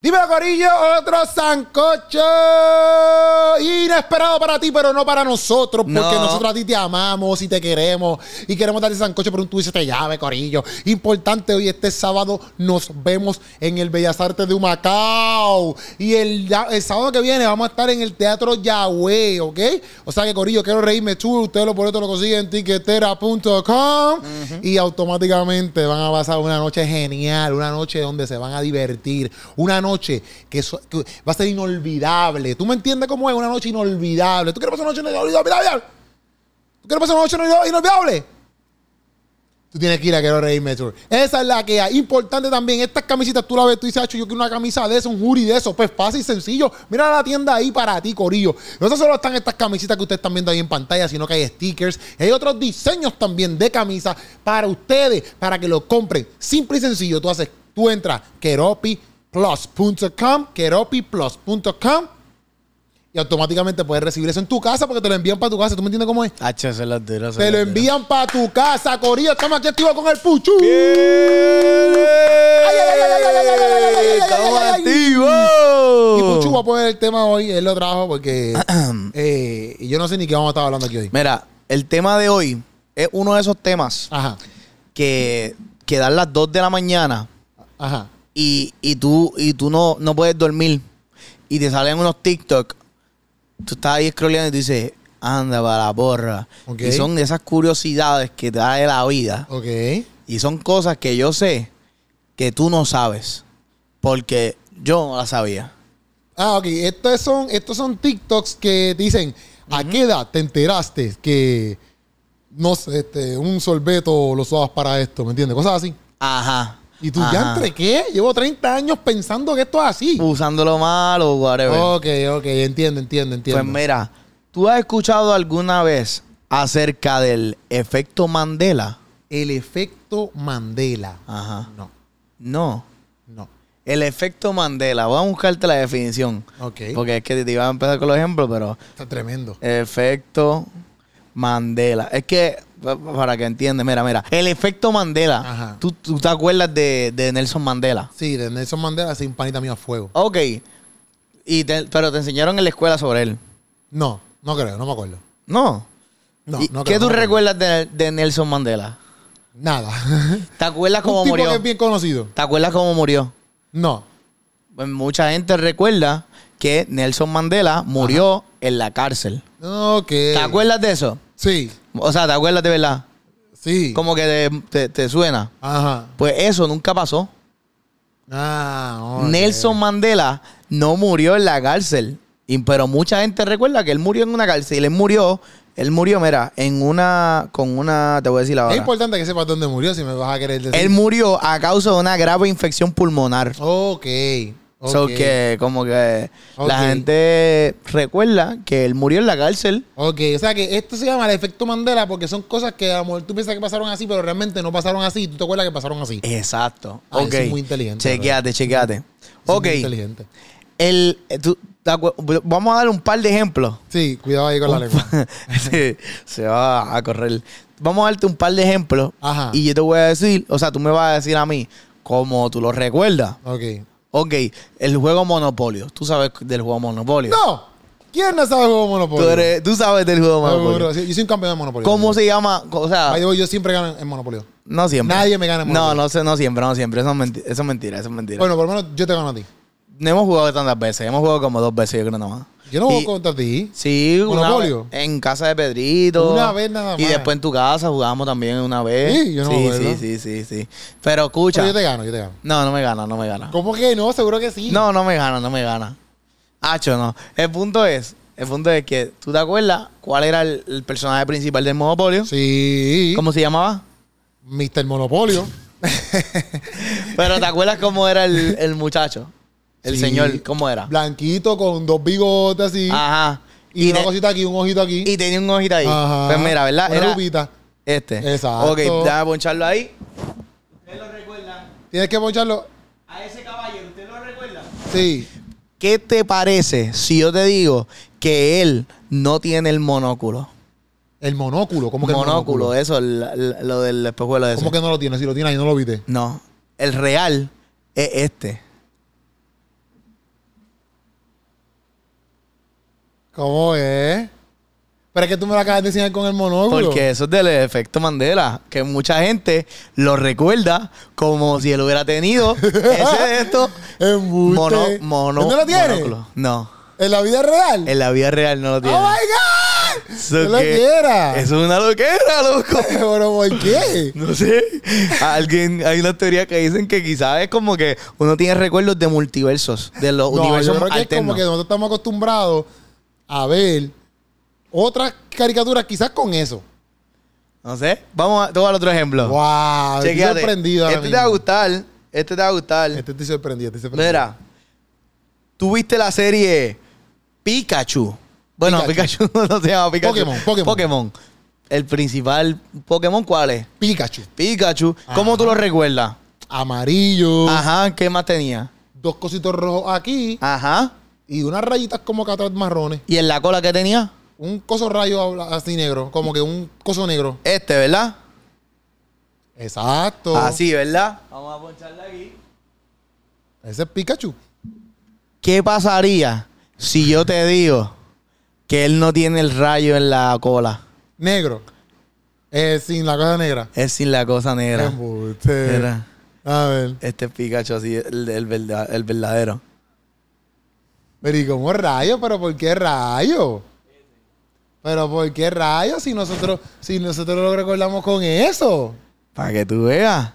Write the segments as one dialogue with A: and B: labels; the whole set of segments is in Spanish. A: Dímelo, Corillo, otro sancocho inesperado para ti, pero no para nosotros, porque
B: No.
A: nosotros a ti te amamos y te queremos y queremos darte sancocho, pero tú hiciste llave, Corillo. Importante, hoy este sábado nos vemos en el Bellas Artes de Humacao y el, ya- el sábado que viene vamos a estar en el Teatro Yahweh, ¿ok? O sea que, Corillo, quiero reírme tú, ustedes los boletos lo consiguen en tiquetera.com y automáticamente van a pasar una noche genial, una noche donde se van a divertir, una noche que, so- que va a ser inolvidable. ¿Tú me entiendes cómo es una noche inolvidable? ¿Tú quieres pasar una noche inolvidable? ¿Tú quieres pasar una noche inol- inolvidable? Tú tienes que ir a Quiero Reírme Tour. Esa es la que hay. Importante también, estas camisetas tú las ves, tú dices, "Acho, yo quiero una camisa de eso, un hoodie de eso. Pues fácil, sencillo. Mira la tienda ahí para ti, Corillo. No solo están estas camisetas que ustedes están viendo ahí en pantalla, sino que hay stickers. Y hay otros diseños también de camisas para ustedes, para que lo compren. Simple y sencillo. Tú haces, tú entras keropiplus.com, keropiplus.com y automáticamente puedes recibir eso en tu casa porque te lo envían para tu casa. ¿Tú me entiendes cómo es?
B: H, se las tiro, se
A: Te lo
B: las tiro.
A: envían para tu casa, Corillo. Estamos aquí activos con el Puchu.
B: ¡Eh!
A: Ay, ay, ay, ay, ay, ay, ay, ay, ay, ay,
B: ¡Estamos
A: ay, ay.
B: activos!
A: Y Puchu va a poner el tema hoy. Él lo trajo porque eh, y yo no sé ni qué vamos a estar hablando aquí hoy.
B: Mira, el tema de hoy es uno de esos temas
A: Ajá,
B: que, que dan las 2 de la mañana
A: ajá.
B: y, y tú, y tú no, no puedes dormir y te salen unos TikTok. Tú estás ahí scrolleando y tú dices, anda para la porra.
A: Ok.
B: Y son de esas curiosidades que te da de la vida.
A: Ok.
B: Y son cosas que yo sé que tú no sabes. Porque yo no las sabía.
A: Ah, ok. Estos son, estos son TikToks que dicen, ¿a qué edad te enteraste que no sé, este, un sorbeto lo usabas para esto? ¿Me entiendes? Cosas así.
B: Ajá.
A: Y tú,
B: Ajá.
A: ya entre qué? Llevo 30 años pensando que esto es así.
B: Usándolo mal o whatever.
A: Ok, ok. Entiendo, entiendo, Oh, entiendo.
B: pues mira, ¿tú has escuchado alguna vez acerca del efecto Mandela?
A: el efecto Mandela.
B: Ajá.
A: No,
B: No.
A: no.
B: El efecto Mandela. Voy a buscarte la definición.
A: Ok.
B: Porque es que te iba a empezar con los ejemplos, pero
A: Está tremendo.
B: Efecto Mandela. Es que, pa- pa- para que entiendas, mira, mira. El efecto Mandela.
A: Ajá.
B: ¿Tú, tú te acuerdas de, de Nelson Mandela?
A: Sí, de Nelson Mandela sin panita mío a fuego.
B: Ok. Y te- pero te enseñaron en la escuela sobre él.
A: No, no creo, no me acuerdo.
B: No.
A: No,
B: ¿Y
A: no
B: ¿Qué
A: creo,
B: tú
A: no me acuerdo.
B: recuerdas de, de Nelson Mandela?
A: Nada.
B: ¿Te acuerdas cómo
A: Un tipo
B: murió?
A: que es bien conocido.
B: ¿Te acuerdas cómo murió?
A: No.
B: Pues mucha gente recuerda que Nelson Mandela murió en la cárcel.
A: Ok.
B: ¿Te acuerdas de eso?
A: Sí,
B: O sea, ¿te acuerdas de verdad?
A: sí.
B: Como que te- te- te suena.
A: Ajá.
B: Pues eso nunca pasó.
A: Ah, ok.
B: Nelson Mandela no murió en la cárcel. Y- pero mucha gente recuerda que él murió en una cárcel. Y él murió, él murió, mira, en una, con una, te voy a decir la
A: Es
B: verdad.
A: importante que sepas dónde murió si me vas a querer decir.
B: Él murió a causa de una grave infección pulmonar.
A: Ok. ok.
B: So que como que
A: Ok.
B: la gente recuerda que él murió en la cárcel.
A: Ok, o sea que esto se llama el efecto Mandela porque son cosas que a lo mejor tú piensas que pasaron así, pero realmente no pasaron así. Tú te acuerdas que pasaron así. Es
B: Exacto.
A: Ah,
B: ok.
A: eso es muy inteligente,
B: Chequeate, chequeate.
A: muy
B: Ok.
A: inteligente.
B: El, eh, tú- te acuer- vamos a dar un par de ejemplos.
A: Sí, cuidado ahí con la lengua.
B: se, se va a correr. Vamos a darte un par de ejemplos.
A: Ajá.
B: Y yo te voy a decir, o sea, tú me vas a decir a mí cómo tú lo recuerdas.
A: Ok.
B: Ok, el juego Monopolio. Tú sabes del juego Monopolio.
A: No. ¿Quién no sabe jugar Monopoly?
B: Tú, eres- tú sabes del juego
A: Seguro.
B: Monopolio.
A: Sí, Yo soy un campeón de Monopoly.
B: ¿Cómo se llama? O sea,
A: By the way, yo siempre gano en Monopoly.
B: no siempre.
A: nadie me gana en
B: No,
A: Monopoly.
B: no sé, no siempre, no siempre. Eso es, menti- eso es mentira, eso es mentira.
A: Bueno, por lo menos yo te gano a ti.
B: No hemos jugado tantas veces. Hemos jugado como dos veces, yo creo nada más.
A: Yo no
B: Y-
A: juego contra ti.
B: Sí, una
A: Monopolio.
B: vez en casa de Pedrito.
A: Una vez nada más.
B: Y después en tu casa jugamos también una vez.
A: Sí, yo no me
B: sí,
A: acuerdo.
B: sí, sí, sí, sí. Pero escucha.
A: Pero yo te gano, yo te gano.
B: No, no me gana, no me gana.
A: ¿Cómo que no? Seguro que sí.
B: No, no me gana, no me gana. Hacho, no. El punto es, el punto es que, ¿tú te acuerdas cuál era el, el personaje principal del Monopolio?
A: Sí.
B: ¿Cómo se llamaba?
A: Mr. Monopolio.
B: Pero ¿te acuerdas cómo era el, el muchacho? El
A: Sí.
B: señor, ¿cómo era?
A: Blanquito con dos bigotes así.
B: Ajá.
A: y,
B: Y,
A: una
B: te-
A: cosita aquí, un ojito aquí.
B: y tenía un ojito ahí.
A: Ajá.
B: Pues mira, ¿verdad?
A: Una
B: Era
A: lupita.
B: este.
A: Exacto.
B: Ok, déjame poncharlo ahí.
A: Tienes que poncharlo.
B: A ese caballero, ¿usted lo recuerda?
A: Sí.
B: ¿Qué te parece si yo te digo que él no tiene el monóculo?
A: El monóculo. ¿Cómo que el
B: monóculo,
A: monóculo?
B: eso, la- la- lo del espejuelo de
A: ¿Cómo que no lo tienes? Si lo tienes ahí no lo viste.
B: No, el real es este.
A: ¿Cómo es? Pero es que tú me lo acabas de enseñar con el monóculo.
B: Porque eso es del efecto Mandela, que mucha gente lo recuerda como si él hubiera tenido ese de esto
A: Embuste.
B: mono, mono,
A: ¿No lo tiene?
B: monóculo. No,
A: ¿En la vida real?
B: en la vida real no lo tiene.
A: ¡Oh, my God!
B: Eso
A: ¡No lo
B: que-
A: quiera!
B: eso es una loquera, loco.
A: Pero, ¿por qué?
B: No sé. Alguien, hay una teoría que dicen que quizás es como que uno tiene recuerdos de multiversos, de los
A: No,
B: universos
A: yo creo que es como
B: alternos.
A: que nosotros estamos acostumbrados a ver otras caricaturas quizás con eso.
B: No sé. Vamos a tomar otro ejemplo.
A: ¡Wow! Estoy
B: Chequéate.
A: sorprendido ahora
B: Ah. Este te va a
A: mismo.
B: gustar. Este te va a gustar.
A: Este estoy sorprendido, estoy sorprendido.
B: Mira, tú viste la serie Pikachu. Bueno, Pikachu, no se llama Pikachu.
A: Pokémon, Pokémon.
B: El principal Pokémon, ¿cuál es?
A: Pikachu,
B: Pikachu. ¿Cómo tú lo recuerdas?
A: amarillo,
B: Ajá, ¿qué más tenía?
A: dos cositos rojos aquí
B: Ajá.
A: y unas rayitas como que atrás marrones.
B: ¿Y en la cola qué tenía?
A: Un coso rayo habla- así negro, como que un coso negro.
B: Este, ¿verdad?
A: Exacto.
B: Así, ¿verdad? Vamos a poncharle aquí.
A: Ese es Pikachu.
B: ¿Qué pasaría si yo te digo que él no tiene el rayo en la cola?
A: Negro. Eh, sin la cosa negra.
B: Es sin la cosa negra.
A: Embuste.
B: Era.
A: A ver.
B: Este es Pikachu así, el, el verdad- el verdadero.
A: Pero ¿y cómo rayo? ¿Pero por qué rayo? ¿Pero por qué rayo si nosotros, si nosotros lo recordamos con eso?
B: Para que tú veas.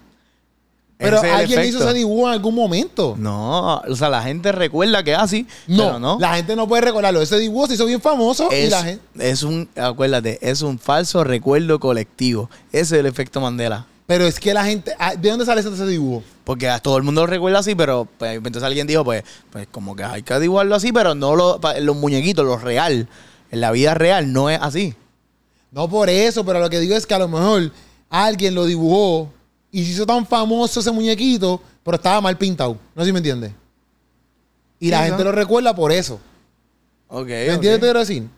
A: Pero
B: Ese es el
A: alguien hizo
B: efecto.
A: ese dibujo en algún momento.
B: No, o sea, la gente recuerda que es así.
A: No,
B: pero no.
A: la gente no puede recordarlo. Ese dibujo se hizo bien famoso y
B: es,
A: la gente...
B: es un, acuérdate, es un falso recuerdo colectivo. Ese es el efecto Mandela.
A: Pero es que la gente... ah, ¿De dónde sale ese, ese dibujo?
B: Porque a todo el mundo lo recuerda así, pero pues, entonces alguien dijo, pues, pues como que hay que dibujarlo así, pero no lo, pa- los muñequitos, lo real. En la vida real no es así.
A: No por eso, pero lo que digo es que a lo mejor alguien lo dibujó y se hizo tan famoso ese muñequito, pero estaba mal pintado. No sé si me entiendes. Y la
B: Sí,
A: gente
B: ¿no?
A: lo recuerda por eso.
B: Ok. Ah,
A: ¿Me entiendes lo que quiero decir?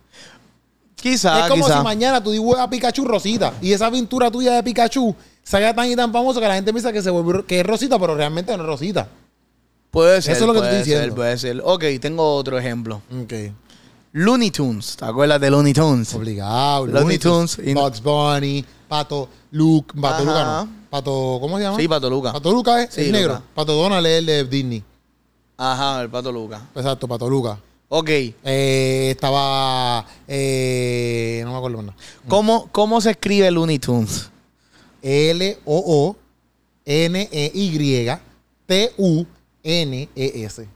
B: Quizás,
A: es como si mañana tú dibujas a Pikachu rosita y esa pintura tuya de Pikachu salga tan y tan famoso que la gente piensa que se volvió que es rosita, pero realmente no es rosita.
B: Puede
A: Eso
B: ser.
A: es lo que te
B: puede
A: estoy
B: ser,
A: diciendo.
B: puede ser. Ok, tengo otro ejemplo.
A: Ok.
B: Looney Tunes. ¿Te acuerdas de Looney Tunes?
A: Obligado.
B: Looney
A: Looney Tunes,
B: Tunes y-
A: Bugs Bunny, Pato Luke, Pato
B: Ajá.
A: Luca no. Pato, ¿cómo se llama?
B: Sí, Pato Luca.
A: Pato Luca ¿eh? es
B: Sí,
A: el negro.
B: Luca.
A: Pato Donald es el de Disney.
B: Ajá, el Pato Luca.
A: Exacto, Pato Luca.
B: Ok.
A: Eh, estaba. eh, no me acuerdo más nada.
B: ¿Cómo, ¿Cómo se escribe Looney Tunes?
A: E L-O-O-N-E-Y-T-U-N-E-S.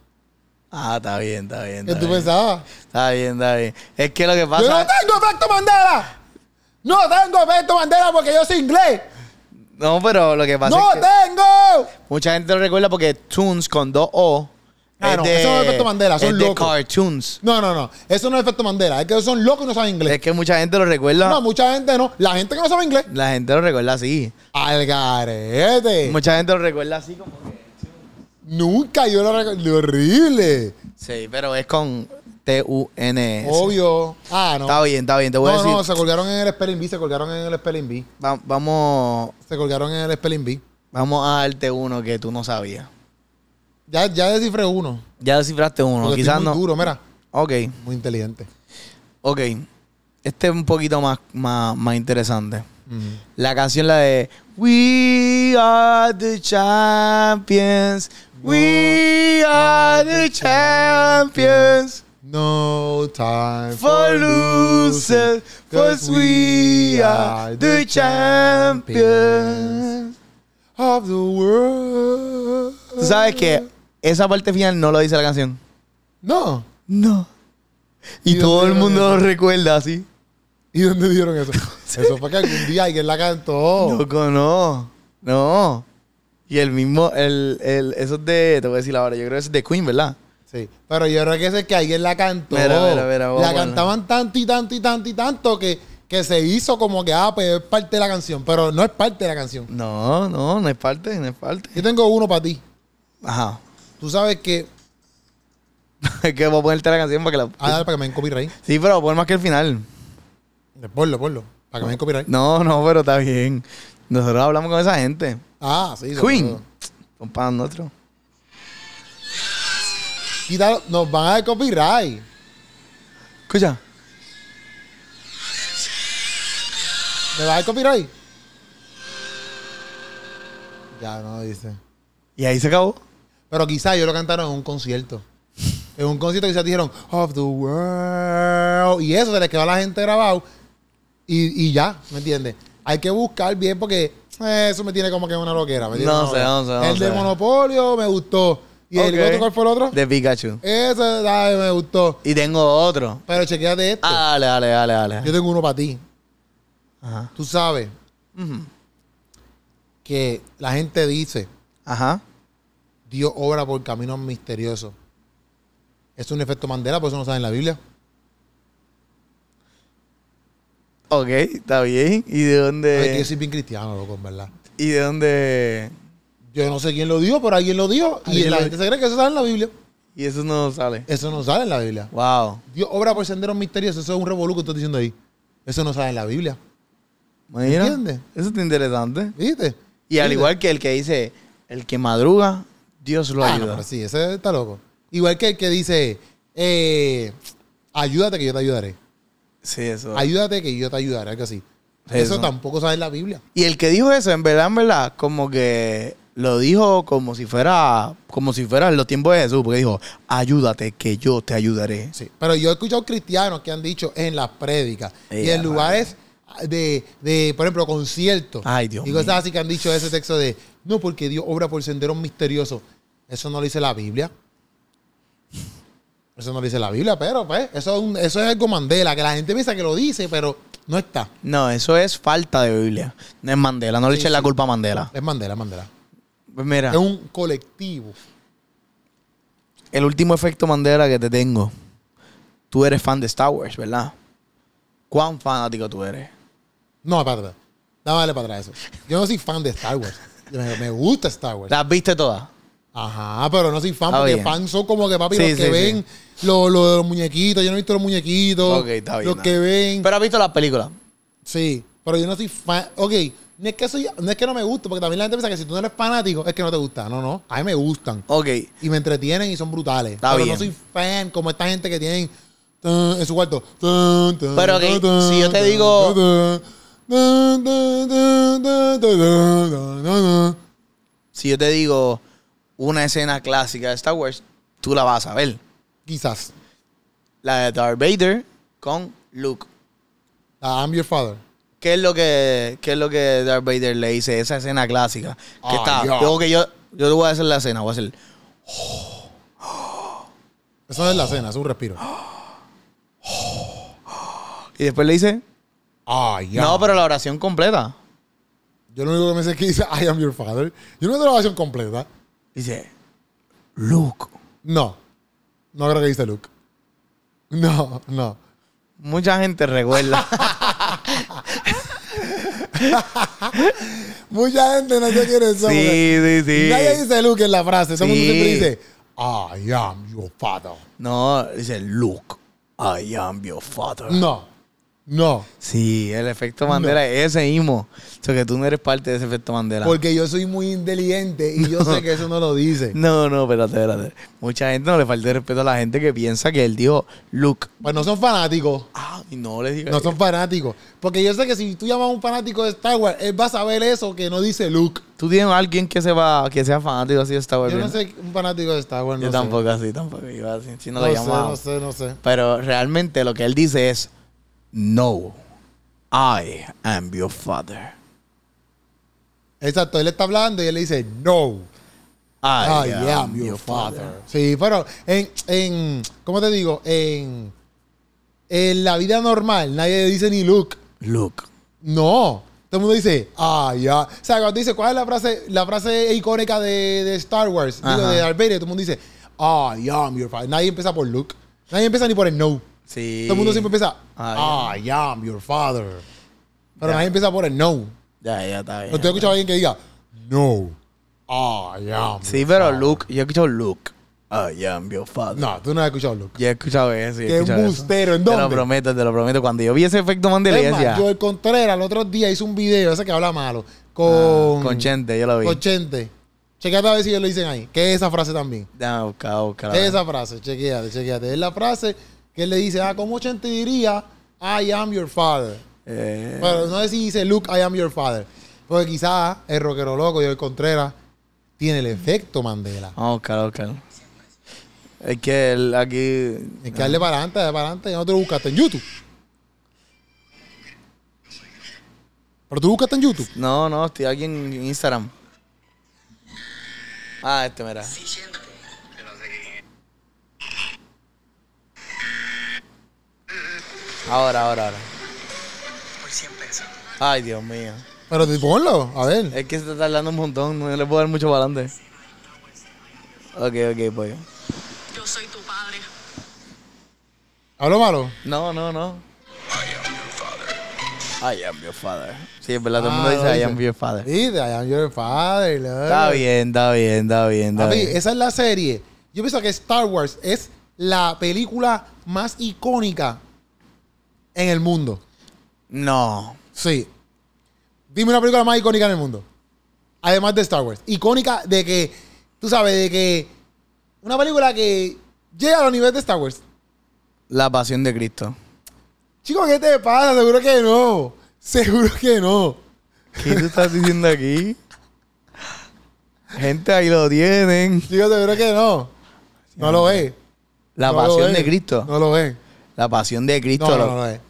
B: Ah, está bien, está bien.
A: E ¿Qué
B: Está
A: tú
B: bien,
A: pensabas?
B: está bien, está bien. Es que lo que
A: ¡Yo no
B: pasa.
A: tengo efecto Mandela! ¡No tengo efecto Mandela porque yo soy inglés!
B: No, pero lo que pasa
A: ¡No
B: es que
A: tengo!
B: mucha gente lo recuerda porque Tunes con dos O.
A: Ah, no, eso no es efecto Mandela, son
B: es de
A: locos.
B: cartoons.
A: No, no, no. Eso no es efecto Mandela. Es que son locos y no saben inglés.
B: Es que mucha gente lo recuerda.
A: No, mucha gente no. La gente que no sabe inglés.
B: La gente lo recuerda así.
A: Al garete.
B: Mucha gente lo recuerda así como que.
A: Nunca yo lo recuerdo. Horrible.
B: Sí, pero es con T-U-N-S.
A: Obvio. Ah, no.
B: E. Está bien, está bien. Te voy a
A: No,
B: decir.
A: no, se colgaron en el Spelling Bee, se colgaron en el Spelling Bee.
B: va- vamos,
A: Se colgaron en el Spelling Bee.
B: vamos a darte uno que tú no sabías.
A: Ya, ya descifré uno.
B: Ya descifraste uno,
A: porque estoy
B: quizás
A: muy
B: no.
A: duro, mira.
B: Ok,
A: Muy inteligente.
B: ok. Este es un poquito más, más, más interesante.
A: Mm-hmm.
B: La canción, la de We are the champions. We are the champions.
A: No time
B: For losers, cause we are the champions.
A: of the world.
B: ¿Tú sabes que esa parte final no lo dice la canción?
A: No.
B: No. Y,
A: ¿Y
B: todo
A: dónde
B: el
A: lo
B: mundo lo recuerda así.
A: ¿Y dónde dieron eso? Eso fue que algún día alguien la cantó.
B: Loco, no. No. Y el mismo, el, el, eso es de, te voy a decir ahora, yo creo que eso es de Queen, ¿verdad?
A: Sí. Pero yo creo que eso es que alguien la cantó.
B: Mira, mira, mira, vamos
A: la
B: a poner.
A: cantaban tanto y tanto y tanto y tanto que, que se hizo como que, ah, pues es parte de la canción. Pero no es parte de la canción.
B: No, no, no es parte, no es parte.
A: Yo tengo uno para ti.
B: Ajá.
A: Tú sabes que.
B: Es que voy a ponerte la canción para que la...
A: Ah, dale, para que me den copyright.
B: Sí, pero voy a poner más que el final.
A: Ponlo, ponlo. Para que me den copyright.
B: No, no, pero está bien. Nosotros hablamos con esa gente.
A: Ah, sí. sí,
B: Queen.
A: sí.
B: Son para nosotros.
A: Quítalo. Nos van a dar copyright.
B: Escucha.
A: ¿Me va a dar copyright? Ya no dice.
B: Y ahí se acabó.
A: Pero quizás ellos lo cantaron en un concierto. En un concierto quizás dijeron Of the World. Y eso se les quedó a la gente grabado. Y, y ya, ¿me entiendes? Hay que buscar bien porque eh, eso me tiene como que una loquera. ¿me entiendes?
B: No sé, no sé, no
A: El de
B: sé.
A: Monopolio me gustó. ¿Y el
B: Ok.
A: otro cuál fue el otro?
B: De Pikachu.
A: Ese ay, me gustó.
B: Y tengo otro.
A: Pero chequeate este.
B: Ah, dale, dale, dale,
A: Yo
B: dale.
A: tengo uno para ti.
B: Ajá.
A: Tú sabes
B: Ujú.
A: que la gente dice
B: Ajá.
A: Dios obra por caminos misteriosos. Es un efecto Mandela, por eso no está en la Biblia.
B: Ok, está bien.
A: Ay,
B: ¿Y de
A: que yo
B: dónde?
A: soy bien cristiano, loco, en verdad.
B: ¿Y de dónde?
A: Yo no sé quién lo dijo, pero alguien lo dijo. Y
B: Alguien
A: la
B: lo
A: gente se cree que eso sale en la Biblia.
B: Y eso no sale.
A: Eso no sale en la Biblia.
B: Wow.
A: Dios obra por senderos misteriosos. Eso es un revolú que estoy diciendo ahí. Eso no sale en la Biblia.
B: Mira,
A: ¿Entiendes?
B: Eso está interesante.
A: ¿Viste?
B: Y al
A: ¿Viste?
B: igual que el que dice, el que madruga, Dios lo
A: Ah, no,
B: ayuda.
A: pero sí, ese está loco. Igual que el que dice, eh, ayúdate que yo te ayudaré.
B: Sí, eso.
A: Ayúdate que yo te ayudaré, algo así.
B: Eso.
A: Eso tampoco sale en la Biblia.
B: Y el que dijo eso, en verdad, en verdad, como que lo dijo como si fuera, como si fuera en los tiempos de Jesús, porque dijo, ayúdate que yo te ayudaré.
A: Sí, pero yo he escuchado cristianos que han dicho en las prédicas y
B: Ea,
A: en lugares de, de, por ejemplo, conciertos
B: Ay, Dios
A: y cosas
B: mío.
A: así que han dicho ese texto de no, porque Dios obra por senderos misteriosos. Eso no lo dice la Biblia. Eso no lo dice la Biblia, pero pues, eso es, un- eso es algo Mandela, que la gente piensa que lo dice, pero no está.
B: No, eso es falta de Biblia. No es Mandela, no le
A: Sí,
B: eches la
A: sí.
B: culpa a Mandela.
A: Es Mandela, Mandela.
B: Pues mira,
A: Es un colectivo.
B: el último efecto Mandela que te tengo. Tú eres fan de Star Wars, ¿verdad? ¿Cuán fanático tú eres?
A: No, para atrás. Dame para atrás eso. Yo no soy fan de Star Wars. Yo Me, me gusta Star Wars.
B: ¿Las viste todas?
A: Ajá, pero no soy fan,
B: Ah,
A: porque
B: bien.
A: fan son como que papi,
B: Sí,
A: los que
B: sí, sí.
A: ven lo, lo de los muñequitos, yo no he visto los muñequitos.
B: Ok, está bien,
A: Los
B: nada.
A: que ven.
B: Pero has visto las películas.
A: sí, pero yo no soy fan. Ok, no es que soy, no es que no me guste, porque también la gente piensa que si tú no eres fanático, es que no te gusta. No, no. A mí me gustan.
B: Ok.
A: Y me entretienen y son brutales.
B: Está
A: pero
B: bien.
A: no soy fan como esta gente que tienen tun, en su cuarto. tun, tun,
B: Pero, ok,
A: tun, tun,
B: si yo te
A: tun,
B: digo-
A: tun, tun, tun, tun, tun, tun, tun, tun.
B: Si yo te digo una escena clásica de Star Wars, tú la vas a ver.
A: Quizás.
B: La de Darth Vader con Luke.
A: Ah, I'm your father.
B: ¿Qué es lo que, qué es lo que Darth Vader le dice? Esa escena clásica.
A: Ah,
B: Que está.
A: ya.
B: Yo, que yo, yo te voy a hacer la escena, voy a hacer.
A: Eso no es la cena, es un respiro.
B: Y después le dice.
A: Ah, ya.
B: No, pero la oración completa.
A: Yo lo único que me sé es que dice I am your father. Yo no tengo la versión completa.
B: Dice. Luke.
A: No. No creo que dice Luke. No, no.
B: Mucha gente recuerda.
A: Mucha gente no sé quiénes son.
B: sí, sí, sí.
A: Nadie dice Luke en la frase. Todo el mundo
B: Sí.
A: siempre dice I am your father.
B: No, dice Luke. I am your father.
A: No. No.
B: Sí, el efecto Mandela es ese mismo. O sea, que tú no eres parte de ese efecto Mandela.
A: Porque yo soy muy inteligente y yo sé que eso no lo dice.
B: No, no, espérate, espérate. Mucha gente no le falta el respeto a la gente que piensa que él dijo Luke.
A: Pues no son fanáticos.
B: Ah, y no le digas.
A: No son fanáticos. Porque yo sé que si tú llamas a un fanático de Star Wars, él va a saber eso que no dice Luke.
B: Tú tienes a alguien que se va, que sea fanático así de Star Wars.
A: Yo no
B: ¿verdad?
A: sé un fanático de Star Wars. No
B: Yo
A: sé.
B: tampoco así, tampoco. Iba así, si no,
A: No
B: lo
A: sé,
B: llamaba.
A: no sé, no sé.
B: Pero realmente lo que él dice es No. I am your father.
A: Exacto, él está hablando y él le dice, no,
B: I,
A: I am your father. Sí, pero en, en ¿cómo te digo? En, en la vida normal nadie dice ni Luke.
B: Luke.
A: No, todo el mundo dice, ah, ya. O sea, cuando dice, ¿cuál es la frase, la frase icónica de, de Star Wars? Digo,
B: Ajá.
A: de Darth Vader, todo el mundo dice, ah, I am your father. Nadie empieza por Luke. Nadie empieza ni por el no.
B: Sí.
A: Todo el mundo siempre empieza,
B: Ah,
A: ah, I am your father. Pero
B: Ya.
A: nadie empieza por el no.
B: Ya, ya está bien.
A: ¿Usted ha escuchado a alguien que diga, no, I am
B: Sí, pero Luke, yo he escuchado Luke. I am your father.
A: No, tú no has escuchado Luke.
B: Yo he escuchado eso. yo he
A: Qué
B: escuchado eso.
A: embustero, ¿en
B: Te lo
A: dónde?
B: prometo, te lo prometo. Cuando yo vi ese efecto Mandela, yo
A: Es más,
B: decía,
A: Joel Contreras el otro día hizo un video, ese que habla malo, con...
B: "Ah, con Chente, yo lo vi.
A: Con Chente. Chequéate a ver si ellos lo dicen ahí. Que es esa frase también.
B: Déjame buscar, buscar.
A: Es esa frase, chequéate, chequéate. Es la frase que que él le dice, ah, ¿cómo Chente diría? I am your father.
B: Eh,
A: Pero no sé si dice, look, I am your father. Porque quizás el rockero loco y el Contreras tiene el efecto Mandela.
B: vamos a buscar, vamos a buscar. Es que él aquí.
A: Hay que darle para adelante, darle para adelante. Ya no te lo buscaste en YouTube. Pero tú lo buscaste en YouTube.
B: No, no, estoy aquí en en Instagram. Ah, este, mira. Ahora, ahora, ahora.
C: por 100 pesos.
B: Ay, Dios mío.
A: Pero te- ponlo, a ver.
B: Es que se está tardando un montón, no le puedo dar mucho para adelante. Ok, ok, pues. pollo.
C: Yo soy tu padre.
A: Hablo malo.
B: No, no, no. I am your father. Sí, es verdad, todo el
A: Ah,
B: mundo
A: lo
B: dice I am your father.
A: Dice, I am your father. lo-
B: Está bien, está bien, está bien, está
A: Papi,
B: bien.
A: esa es la serie. Yo pienso que Star Wars es la película más icónica en el mundo.
B: No.
A: Sí. Dime una película más icónica en el mundo. Además de Star Wars. Icónica de que, tú sabes, de que una película que llega a los niveles de Star Wars.
B: La pasión de Cristo.
A: Chicos, ¿qué te pasa? Seguro que no. Seguro que no.
B: ¿Qué tú estás diciendo aquí? Gente, ahí lo tienen.
A: Chicos, seguro que no. No lo ve.
B: La
A: No lo
B: pasión
A: ve.
B: de Cristo.
A: No lo ve.
B: La pasión de Cristo.
A: No, no,
B: lo-
A: no, no es.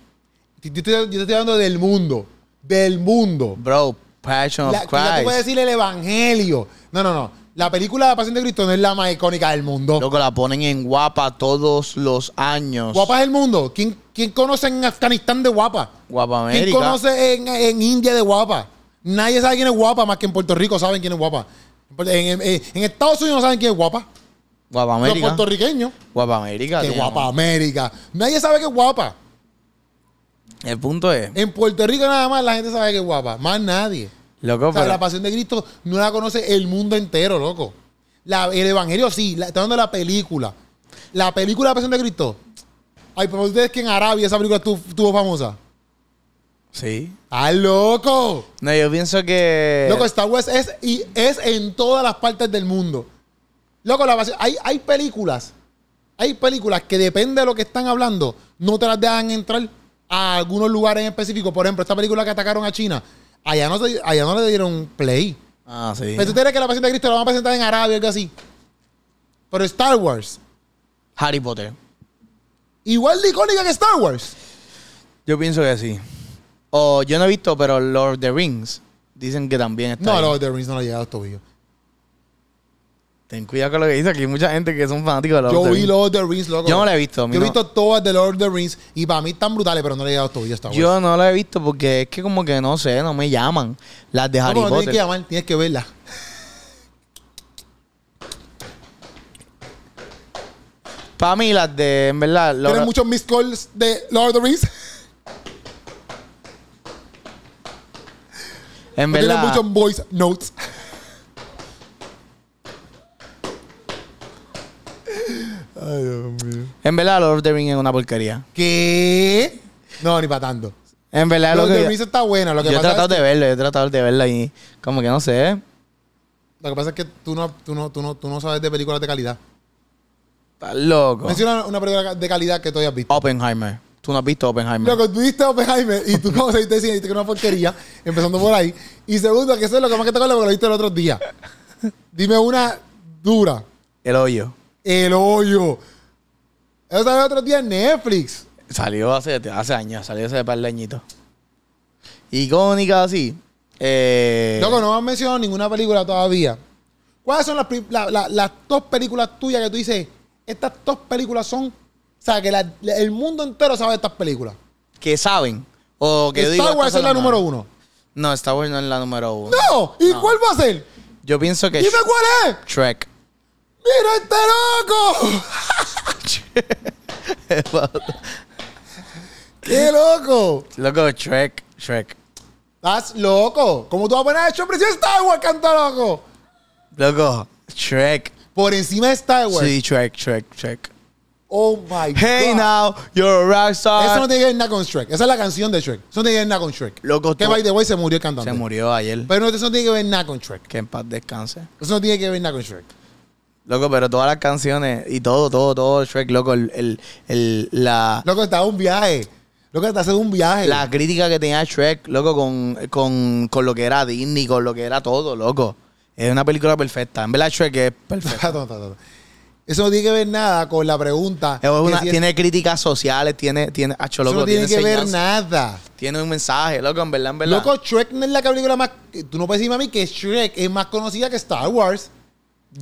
A: Yo te, estoy, yo te estoy hablando del mundo. Del mundo.
B: Bro, Passion
A: La,
B: of
A: tú ya
B: Christ.
A: tú puedes decir el evangelio. No, no, no. La película de Pasión de Cristo no es la más icónica del mundo.
B: Loco, la ponen en guapa todos los años.
A: Guapa es el mundo. ¿Quién, quién conoce en Afganistán de guapa?
B: Guapa
A: ¿Quién
B: América.
A: conoce en, en India de guapa? Nadie sabe quién es guapa más que en Puerto Rico saben quién es guapa. En, en- en Estados Unidos no saben quién es guapa.
B: Guapa
A: Los
B: América.
A: puertorriqueños.
B: Guapa América.
A: Que
B: te
A: guapa
B: llaman.
A: América. Nadie sabe que es guapa.
B: El punto es,
A: En Puerto Rico nada más la gente sabe que es guapa. Más nadie.
B: loco,
A: O sea,
B: pero-
A: la pasión de Cristo no la conoce el mundo entero, loco. La- el Evangelio sí, la, está dando la película. La película de la pasión de Cristo. Ay, pero ustedes que en Arabia esa película estuvo, estuvo famosa.
B: sí.
A: ¡Ah, loco!
B: No, yo pienso que
A: Loco, Star Wars es, y es en todas las partes del mundo. Loco, la pasión- hay, hay películas. Hay películas que depende de lo que están hablando, no te las dejan entrar a algunos lugares en específico. Por ejemplo, esta película que atacaron a China, allá no, se- allá no le dieron play.
B: Ah, sí.
A: Pero tú crees que la pasión de Cristo la van a presentar en Arabia o algo así. Pero Star Wars,
B: Harry Potter.
A: igual de icónica que Star Wars.
B: Yo pienso que sí. O yo no he visto, pero Lord of the Rings dicen que también está
A: No,
B: ahí.
A: Lord of the Rings no lo ha llegado a los tobillos.
B: Ten cuidado con lo que dice, aquí hay mucha gente que son fanáticos de Lord of
A: Yo
B: the
A: vi
B: Rings.
A: Lord of the Rings, loco.
B: Yo no la he visto, a mí
A: Yo he
B: no.
A: visto todas de Lord of the Rings y para mí están brutales, pero no le he llegado a los tobillos Star Wars.
B: Yo no la he visto porque es que como que no sé, no me llaman las de
A: no,
B: Harry
A: pero no tienes
B: Potter.
A: que llamar, tienes que verla.
B: Para mí las de, en verdad, Lord-
A: Tienes muchos missed calls de Lord of the Rings. Tienes
B: en verdad,
A: muchos voice notes. Ay, Dios mío.
B: en verdad Lord of the Rings es una porquería.
A: ¿Qué? No, ni para tanto.
B: En
A: Lord
B: verdad lo
A: of the
B: que
A: Rings está buena. Lo que
B: yo he
A: pasa es
B: tratado
A: que-
B: de verla, yo he tratado de verla y como que no sé.
A: Lo que pasa es que tú no, tú no, tú no, tú no sabes de películas de calidad.
B: Estás loco.
A: Menciona una película de calidad que tú hayas visto.
B: Oppenheimer. Tú no has visto Oppenheimer.
A: Lo que tú viste Oppenheimer y tú como se dice dijiste que era una porquería, empezando por ahí. Y segundo, que eso es lo que más que te acuerdas porque lo viste el otro día. Dime una dura.
B: El hoyo.
A: El hoyo. Eso salió el otro día en Netflix.
B: Salió hace, hace años, salió hace par de añitos. Icónica así. Eh,
A: Loco, no me has mencionado ninguna película todavía. ¿Cuáles son las, pri- la- la- las dos películas tuyas que tú dices? Estas dos películas son... O sea, que la- el mundo entero sabe de estas películas.
B: Que saben. O que yo
A: Star
B: digo,
A: Wars
B: estas
A: es
B: son
A: la
B: las
A: número
B: malas.
A: uno.
B: No, Star Wars no es la número uno.
A: ¡No! ¿Y cuál va a ser?
B: Yo pienso que
A: ¡Dime
B: Sh-
A: cuál es!
B: Shrek.
A: ¡Mira este loco! ¡Qué loco!
B: Loco, Shrek, Shrek.
A: ¡Estás loco! ¿Cómo tú vas a poner a Shrek por encima de Star Wars, canta loco?
B: Loco, Shrek.
A: Por encima de Star Wars.
B: Sí, Shrek, Shrek, Shrek.
A: Oh my
B: Hey
A: God.
B: now, you're a rockstar.
A: Eso no tiene que ver nada con Shrek. Esa es la canción de Shrek. Eso no tiene que ver nada con Shrek.
B: Loco,
A: que
B: tú-
A: by the way se murió el cantante.
B: Se murió ayer.
A: Pero no, eso no tiene que ver nada con Shrek.
B: Que en paz descanse.
A: Eso no tiene que ver nada con Shrek.
B: Loco, pero todas las canciones y todo, todo, todo Shrek, loco, el, el- el- la,
A: Loco, está un viaje. Loco, está haciendo un viaje.
B: la crítica que tenía Shrek, loco, con, con, con lo que era Disney, con lo que era todo, loco. Es una película perfecta. En verdad, Shrek es perfecta.
A: Tato, tato, tato. Eso no tiene que ver nada con la pregunta.
B: Es una-
A: que si es-
B: tiene críticas sociales, tiene, tiene, acho,
A: eso
B: loco,
A: no tiene, que ver
B: enseñanza,
A: nada.
B: Tiene un mensaje, loco, en verdad, en verdad.
A: Loco, Shrek no es la película más. Tú no puedes decirme a mí que Shrek es más conocida que Star Wars.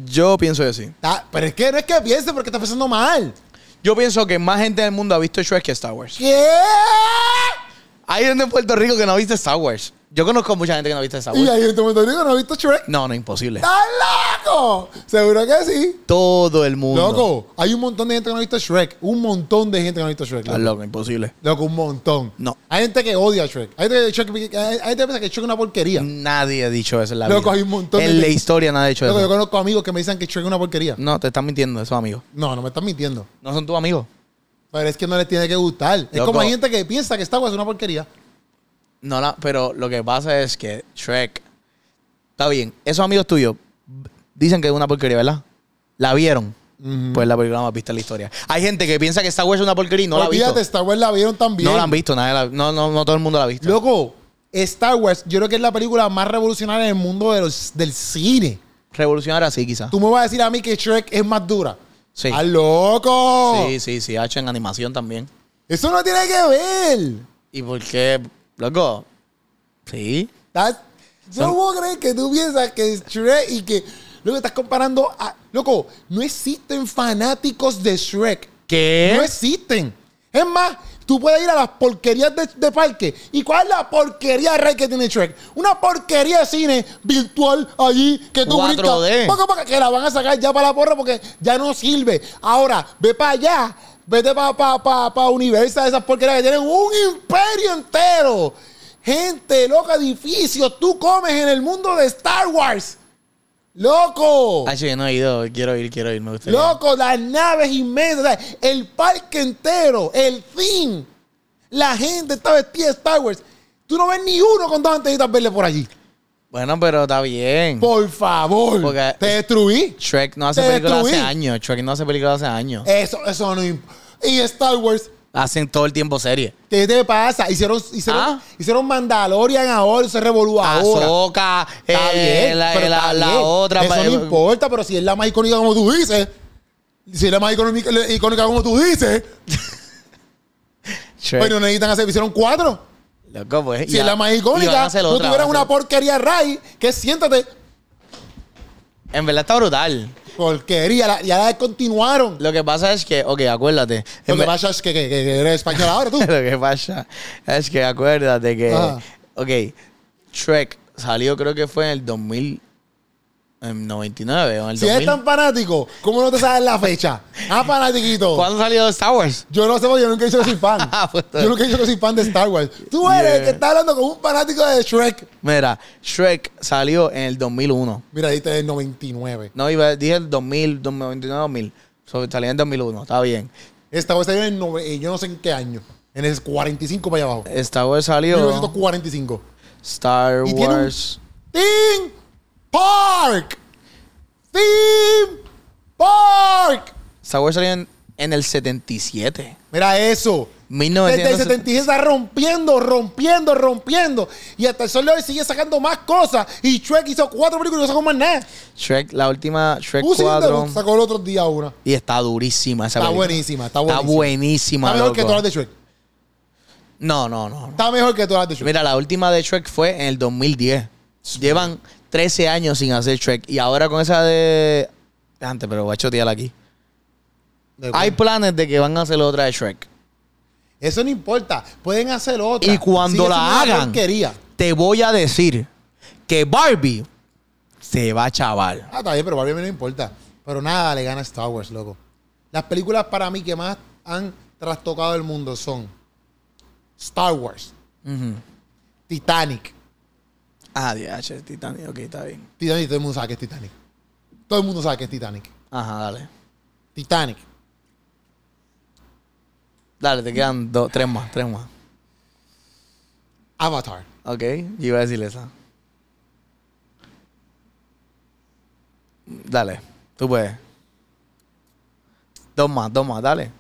B: Yo pienso que sí.
A: Ah, pero es que no es que piense porque está pensando mal.
B: Yo pienso que más gente del mundo ha visto Shrek que Star Wars.
A: ¿Qué?
B: Hay gente en Puerto Rico que no ha visto Star Wars. Yo conozco mucha gente que no ha visto Star
A: Y
B: Wars.
A: ahí en tu momento digo, no he visto Shrek.
B: No, no, imposible.
A: ¡Estás loco! Seguro que sí.
B: Todo el mundo.
A: Loco, hay un montón de gente que no ha visto Shrek. Un montón de gente que no ha visto Shrek.
B: Estás
A: Loco,
B: Ah, loco, imposible.
A: Loco, un montón.
B: No.
A: Hay gente que odia a Shrek. Hay gente que, Shrek- hay gente que piensa que Shrek es una porquería.
B: Nadie ha dicho eso en la
A: Loco,
B: vida.
A: hay un montón
B: En
A: de-
B: la historia nadie ha dicho
A: Loco, yo
B: eso.
A: conozco amigos que me dicen que Shrek es una porquería.
B: No, te están mintiendo esos amigos.
A: No, no me están mintiendo.
B: No son tus amigos.
A: Pero es que no les tiene que gustar. Es
B: Loco.
A: como hay gente que piensa que Star Wars es una porquería.
B: No, la- pero lo que pasa es que Shrek... Está bien. Esos amigos tuyos dicen que es una porquería, ¿verdad? ¿La vieron? Pues la película más vista en la historia. Hay gente que piensa que Star Wars es una porquería y no la ha visto.
A: Olvídate, Star Wars la vieron también.
B: No la han visto, nadie la- no, no, no todo el mundo la ha visto.
A: Loco, Star Wars, yo creo que es la película más revolucionaria en el mundo de los- del cine.
B: Revolucionar así, quizás.
A: Tú me vas a decir a mí que Shrek es más dura.
B: Sí.
A: ¡Ah, loco!
B: Sí, sí, sí, ha hecho en animación también.
A: Eso no tiene que ver.
B: ¿Y por qué, loco? Sí.
A: Estás- Yo no
B: Son-
A: puedo creer que tú piensas que Shrek y que. Loco, estás comparando a. Loco, no existen fanáticos de Shrek.
B: ¿Qué?
A: No existen. Es más, tú puedes ir a las porquerías de, de parque. ¿Y cuál es la porquería de rey que tiene Shrek? Una porquería de cine virtual allí que tú
B: 4D.
A: brincas. Poco, poco, que la van a sacar ya para la porra porque ya no sirve. Ahora, ve para allá. Vete para pa, pa, pa Universal, esas porquerías que tienen un imperio entero. Gente loca, edificios. Tú comes en el mundo de Star Wars. Loco.
B: Ah, yo no he ido, quiero ir, quiero ir, me gustaría.
A: Loco, las naves inmensas, o sea, el parque entero, el fin. La gente está vestida de Star Wars. Tú no ves ni uno con dos antenitas verle por allí.
B: Bueno, pero está bien.
A: Por favor.
B: Porque-
A: te destruí.
B: Shrek no hace
A: Te
B: películas hace
A: destruí. Eh.
B: años. Shrek no hace películas hace años.
A: Eso, eso no imp- Y Star Wars,
B: Hacen todo el tiempo serie.
A: ¿qué te pasa? Hicieron, hicieron,
B: Ah.
A: hicieron Mandalorian ahora, se revolvió ahora.
B: Ahsoka,
A: Está
B: eh,
A: bien,
B: la,
A: pero
B: la-
A: está
B: la
A: bien.
B: otra.
A: Eso
B: eh,
A: no importa, pero si es la más icónica como tú dices. Si es la más icónica, icónica como tú dices.
B: Shrek.
A: Pero necesitan hacer, hicieron cuatro.
B: Loco, pues.
A: Si
B: ya.
A: es la más
B: Y van a
A: icónica,
B: hacer
A: no
B: otra,
A: tuvieras
B: van a
A: una
B: hacer-
A: porquería de Ray, que siéntate.
B: En verdad está brutal.
A: Porquería, la- ya la continuaron.
B: Lo que pasa es que, ok, acuérdate.
A: Lo
B: En
A: que
B: ve-
A: pasa es que, que- que eres español ahora tú.
B: Lo que pasa es que acuérdate que.
A: Ajá.
B: Ok, Shrek salió creo que fue en el 2000. En 99 o en el
A: Si eres
B: 2000.
A: tan fanático, ¿cómo no te sabes la fecha? Ah, fanatiquito.
B: ¿Cuándo salió Star Wars?
A: Yo no sé, porque yo nunca he dicho que soy fan.
B: Ah, pues,
A: Yo nunca he dicho que soy fan de Star Wars. Tú eres el
B: Yeah.
A: que está hablando con un fanático de Shrek.
B: Mira, Shrek salió en el 2001.
A: Mira, ahí te el 99.
B: No, iba, dije el 2000, 99, 2000. So, salió en el 2001, está bien.
A: Esta vez salió en el nove- eh, yo no sé en qué año. En el 45 para allá abajo.
B: Star Wars salió.
A: 1945.
B: Star
A: Y tiene un-
B: Wars.
A: Theme Park. Theme Park.
B: Star Wars salió en, en el 77.
A: Mira eso. Desde el
B: 1970.
A: 76 está rompiendo, rompiendo, rompiendo. Y hasta el sol de hoy sigue sacando más cosas. Y Shrek hizo cuatro películas y Uh, no sacó más nada.
B: Shrek, la última Shrek
A: Pussy in the
B: 4.
A: Boots sacó el otro día una.
B: Y está durísima esa
A: Está
B: película.
A: buenísima, está
B: Está buenísima.
A: buenísima. Está mejor que
B: loco.
A: todas las de Shrek.
B: No, no, no. no.
A: Está mejor que todas las de Shrek.
B: Mira, la última de Shrek fue en el 2010. Llevan 13 años sin hacer Shrek. Y ahora con esa de... Antes, pero voy a chotearla aquí.
A: De
B: Hay
A: acuerdo.
B: planes de que van a hacer otra de Shrek.
A: Eso no importa. Pueden hacer otra.
B: Y cuando
A: Sigue
B: la
A: siendo una
B: hagan.
A: porquería.
B: Te voy a decir que Barbie se va a chaval.
A: Ah, está bien, pero Barbie a mí no me importa. Pero nada le gana a Star Wars, loco. Las películas para mí que más han trastocado el mundo son Star Wars, Titanic.
B: Ah, DH, Titanic. Ok, está bien.
A: Titanic, todo el mundo sabe que es Titanic. Todo el mundo sabe que es Titanic.
B: Ajá, dale.
A: Titanic.
B: Dale, te quedan dos, tres más, tres más.
A: Avatar.
B: Ok, yo iba a decir esa. Dale, tú puedes. Dos más, dos más, dale.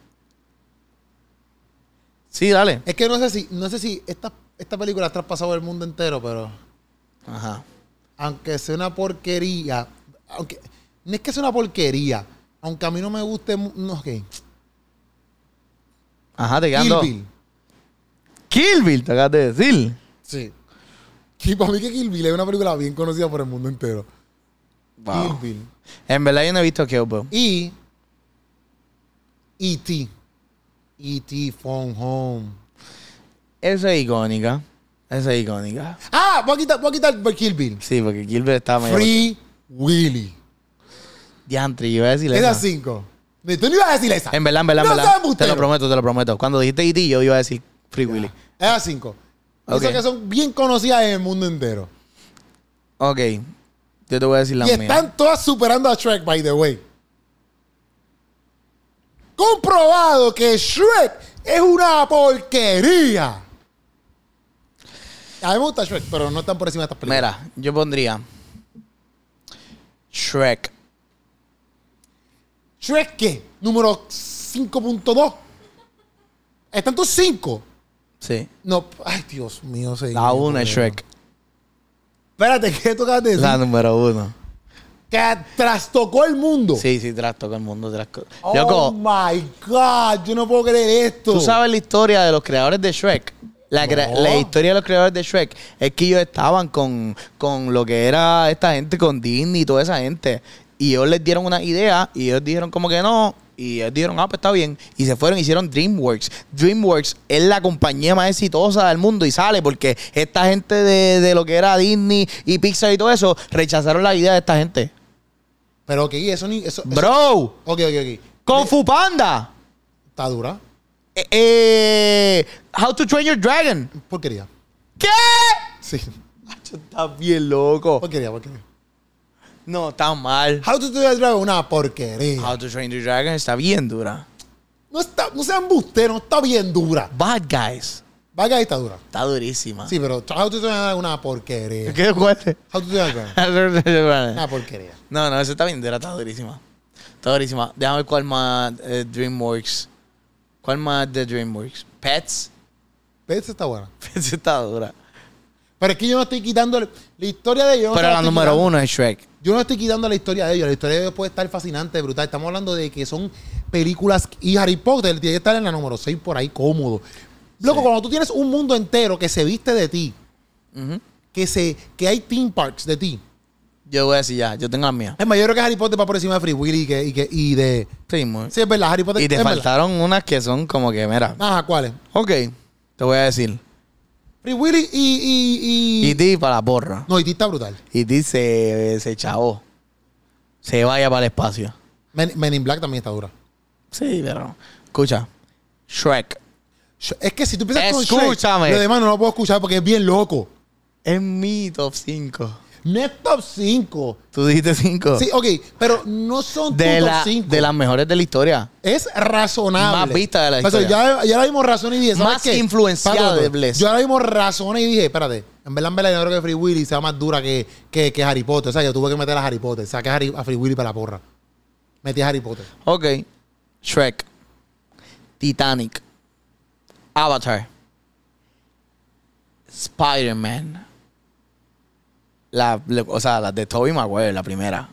B: Sí, dale.
A: Es que no sé si, no sé si esta, esta película ha traspasado el mundo entero, pero
B: Ajá.
A: aunque sea una porquería, aunque no es que sea una porquería, aunque a mí no me guste, mu- no, ok.
B: Ajá, te quedan
A: Kill
B: dos.
A: Bill.
B: Kill Bill, te acabas de decir.
A: Sí. Que para mí que Kill Bill es una película bien conocida por el mundo entero. Kill
B: Wow.
A: Bill.
B: En verdad yo no he visto Kill Bill.
A: Y E E.T. E.T. E Phone Home.
B: Esa es icónica. Esa es icónica.
A: Ah, voy a quitar, voy a quitar Kill Bill.
B: Sí, porque Kill Bill estaba medio...
A: Free Willy.
B: Diantre, yo iba a decir esa.
A: Esas cinco. Tú no ibas a decir esa.
B: En verdad, en verdad, en
A: No
B: verdad.
A: seas embustero.
B: Te lo prometo, te lo prometo. Cuando dijiste E.T. yo iba a decir Free Willy.
A: Esas cinco.
B: Ok.
A: Esas que son bien conocidas en el mundo entero.
B: Ok. Yo te voy a decir la
A: y
B: mía.
A: están todas superando a Shrek, by the way. Comprobado que Shrek es una porquería. A mí me gusta Shrek, pero no están por encima de estas películas.
B: Mira, yo pondría Shrek.
A: ¿Shrek qué? Número 5.2. Están tus 5.
B: Sí.
A: No, ay, Dios mío, señor.
B: La una es Shrek.
A: Espérate, ¿qué tú acabas de decir?
B: La número uno.
A: Que trastocó el mundo.
B: Sí, sí, trasto con el mundo. Trasto.
A: Oh
B: Loco,
A: my God, yo no puedo creer esto.
B: tú sabes la historia de los creadores de Shrek. La, cre-
A: No.
B: la historia de los creadores de Shrek es que ellos estaban con, con lo que era esta gente, con Disney y toda esa gente. Y ellos les dieron una idea y ellos dijeron como que no. Y ellos dijeron, ah, pues está bien. Y se fueron, hicieron DreamWorks. DreamWorks es la compañía más exitosa del mundo y sale porque esta gente de, de lo que era Disney y Pixar y todo eso rechazaron la idea de esta gente.
A: Pero ok, eso ni. Eso, eso-
B: Bro,
A: Ok, ok, ok.
B: Kung Fu Panda.
A: Está dura.
B: Eh, eh, How to Train Your Dragon.
A: Porquería.
B: ¿Qué?
A: Sí.
B: Estás bien loco.
A: Porquería, porquería.
B: No, está mal.
A: How to Train Your Dragon, una porquería.
B: How to Train Your Dragon está bien dura.
A: No, está, no sean busteros, no está bien dura.
B: Bad Guys.
A: Vaya ahí está dura.
B: Está durísima.
A: Sí, pero How to Train Your Dragon es una porquería.
B: ¿Qué cueste?
A: How to Train Your Dragon,
B: no,
A: una porquería.
B: no, esa está bien dura, está durísima. Está durísima. Déjame ver cuál más eh, DreamWorks. ¿Cuál más de DreamWorks? Pets.
A: Pets está buena.
B: Pets está dura.
A: Pero es que yo no estoy quitando la historia de ellos. no se
B: Pero la
A: estoy
B: número
A: quitando.
B: uno es Shrek.
A: Yo no estoy quitando la historia de ellos. La historia de ellos puede estar fascinante, brutal. Estamos hablando de que son películas y Harry Potter tiene que estar en la número 6 por ahí cómodo. Loco, cuando tú tienes un mundo entero que se viste de ti,
B: Ujú.
A: que se que hay theme parks de ti.
B: Yo voy a decir ya, yo tengo la mía.
A: Es más, yo creo que Harry Potter va por encima de Free Willy y, que, y, que, y de...
B: Sí, muy-
A: Sí, es verdad, Harry Potter...
B: Y te
A: es verdad.
B: faltaron unas que son como que, mira.
A: Ajá, ¿cuáles?
B: Ok, te voy a decir.
A: Free Willy y... y, y...
B: Y ti para la porra.
A: No, y ti está brutal.
B: Y ti se, se chavó. Se vaya para el espacio.
A: Men, Men in Black también está dura.
B: Sí, pero. Escucha. Shrek.
A: Sh- Es que si tú empiezas con Shrek,
B: Escúchame.
A: lo demás no lo puedo escuchar porque es bien loco.
B: Es mi top 5.
A: No es top 5.
B: Tú dijiste 5.
A: Sí, ok, pero no son
B: de,
A: tu top
B: la,
A: 5.
B: de las mejores de la historia.
A: es razonable.
B: Más vista de la
A: Pero
B: historia.
A: Ya, ya la vimos razón y dije, ¿sabes
B: Más
A: qué?
B: influenciable,
A: Espérate, espérate.
B: Bless.
A: Yo ahora mismo razoné y dije, espérate, en verdad, en verdad, yo creo que Free Willy sea más dura que, que, que Harry Potter. O sea, yo tuve que meter a Harry Potter. Saqué a, Harry- a Free Willy para la porra. Metí a Harry Potter.
B: Ok. Shrek. Titanic. Avatar. Spider-Man. La, lo- o sea, la de Tobey Maguire, la primera.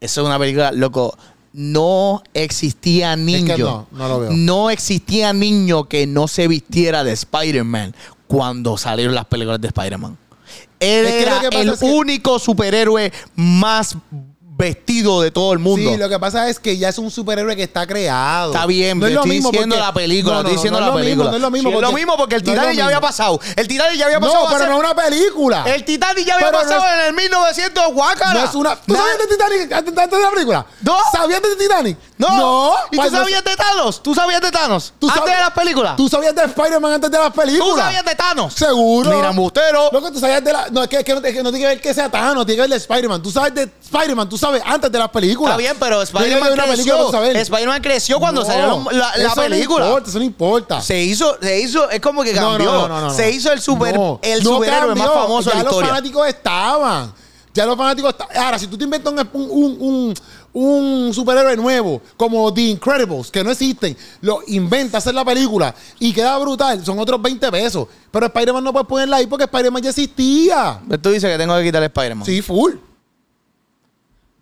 B: Eso es una película, loco. No existía niño.
A: no, no lo veo.
B: no existía niño que no se vistiera de Spider-Man cuando salieron las películas de Spider-Man. Él
A: Es que lo
B: era
A: que pasa
B: el
A: es que-
B: único superhéroe más vestido de todo el mundo.
A: Sí, lo que pasa es que ya es un superhéroe que está creado.
B: Está bien,
A: No
B: pero
A: es lo
B: estoy
A: mismo
B: diciendo
A: porque-
B: la película,
A: No, no,
B: estoy diciendo
A: no, no
B: la
A: es lo
B: película.
A: mismo, no es lo mismo.
B: Sí, es lo mismo porque el
A: no es lo
B: Titanic
A: mismo.
B: ya había pasado. El Titanic ya había
A: No,
B: pasado.
A: pero
B: hace-
A: no es una película.
B: El Titanic ya había
A: Pero no
B: pasado en el 1900, guácala.
A: No es una. ¿Tú
B: Na-
A: sabías de Titanic antes antes de la película?
B: No.
A: ¿Sabías de Titanic?
B: No. ¿Y tú
A: cuando-
B: sabías de Thanos? ¿Tú sabías de Thanos?
A: tú
B: Antes
A: sabías-
B: de las películas.
A: ¿Tú sabías de Spider-Man antes de las películas?
B: ¿Tú sabías de Thanos?
A: Seguro.
B: Mira, embustero.
A: Loco, tú sabías de la. No, es que, es que no, es que no tiene que ver que sea Thanos, tiene que ver de Spider-Man. Tú sabes de Spider-Man, tú sabes antes de las películas.
B: Está bien,
A: Yo
B: pero
A: llegué a
B: Spider-Man
A: una película para
B: creció.
A: saber.
B: Spider-Man creció cuando
A: No,
B: salieron la, la
A: eso
B: película.
A: No importa, eso no importa.
B: se hizo, se hizo, es como que
A: No,
B: cambió.
A: no, no, no, no.
B: Se hizo el super,
A: No,
B: el
A: no
B: superhéroe más
A: cambió.
B: famoso
A: ya
B: de la
A: los
B: historia.
A: fanáticos estaban. Ya los fanáticos estaban. Ahora, si tú te inventas un, un, un, un superhéroe nuevo, como The Incredibles, que no existen, lo inventa hacer la película y queda brutal, son otros 20 pesos. Pero Spider-Man no puedes ponerla ahí porque Spider-Man ya existía.
B: Pero Tú dices que tengo que quitar Spider-Man.
A: Sí, full.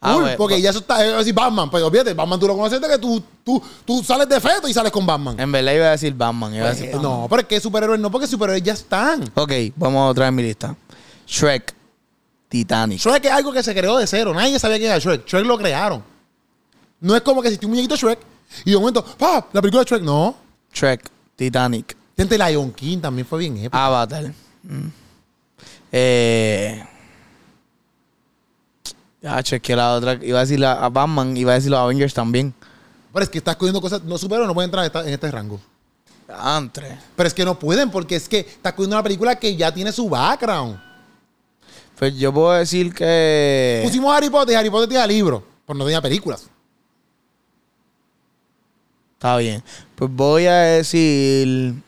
B: Ah,
A: Full,
B: pues,
A: porque ya eso está, es decir, Batman, pues olvídate, Batman tú lo conoces de que tú, tú, tú sales de feto y sales con Batman.
B: En verdad iba a decir Batman. Iba a decir
A: Eh,
B: Batman.
A: no, pero es que superhéroes no, porque superhéroes ya están.
B: Ok, vamos a otra vez mi lista. Shrek. Titanic.
A: Shrek es algo que se creó de cero. Nadie sabía quién era Shrek. Shrek lo crearon. No es como que existió un muñequito Shrek y de momento, ¡pa! La película de Shrek. No.
B: Shrek. Titanic.
A: Gente, Lion King también fue bien épico.
B: Avatar. Mm. Eh. Ah, che, que la otra. Iba a decir la, a Batman, iba a decir los Avengers también.
A: Pero es que estás cogiendo cosas. No, superhéroes no pueden entrar en esta- en este rango.
B: Antre.
A: Pero es que no pueden porque es que estás cogiendo una película que ya tiene su background.
B: Pues yo puedo decir que.
A: Pusimos Harry Potter y Harry Potter tenía libros, pero no tenía películas.
B: Está bien. Pues voy a decir.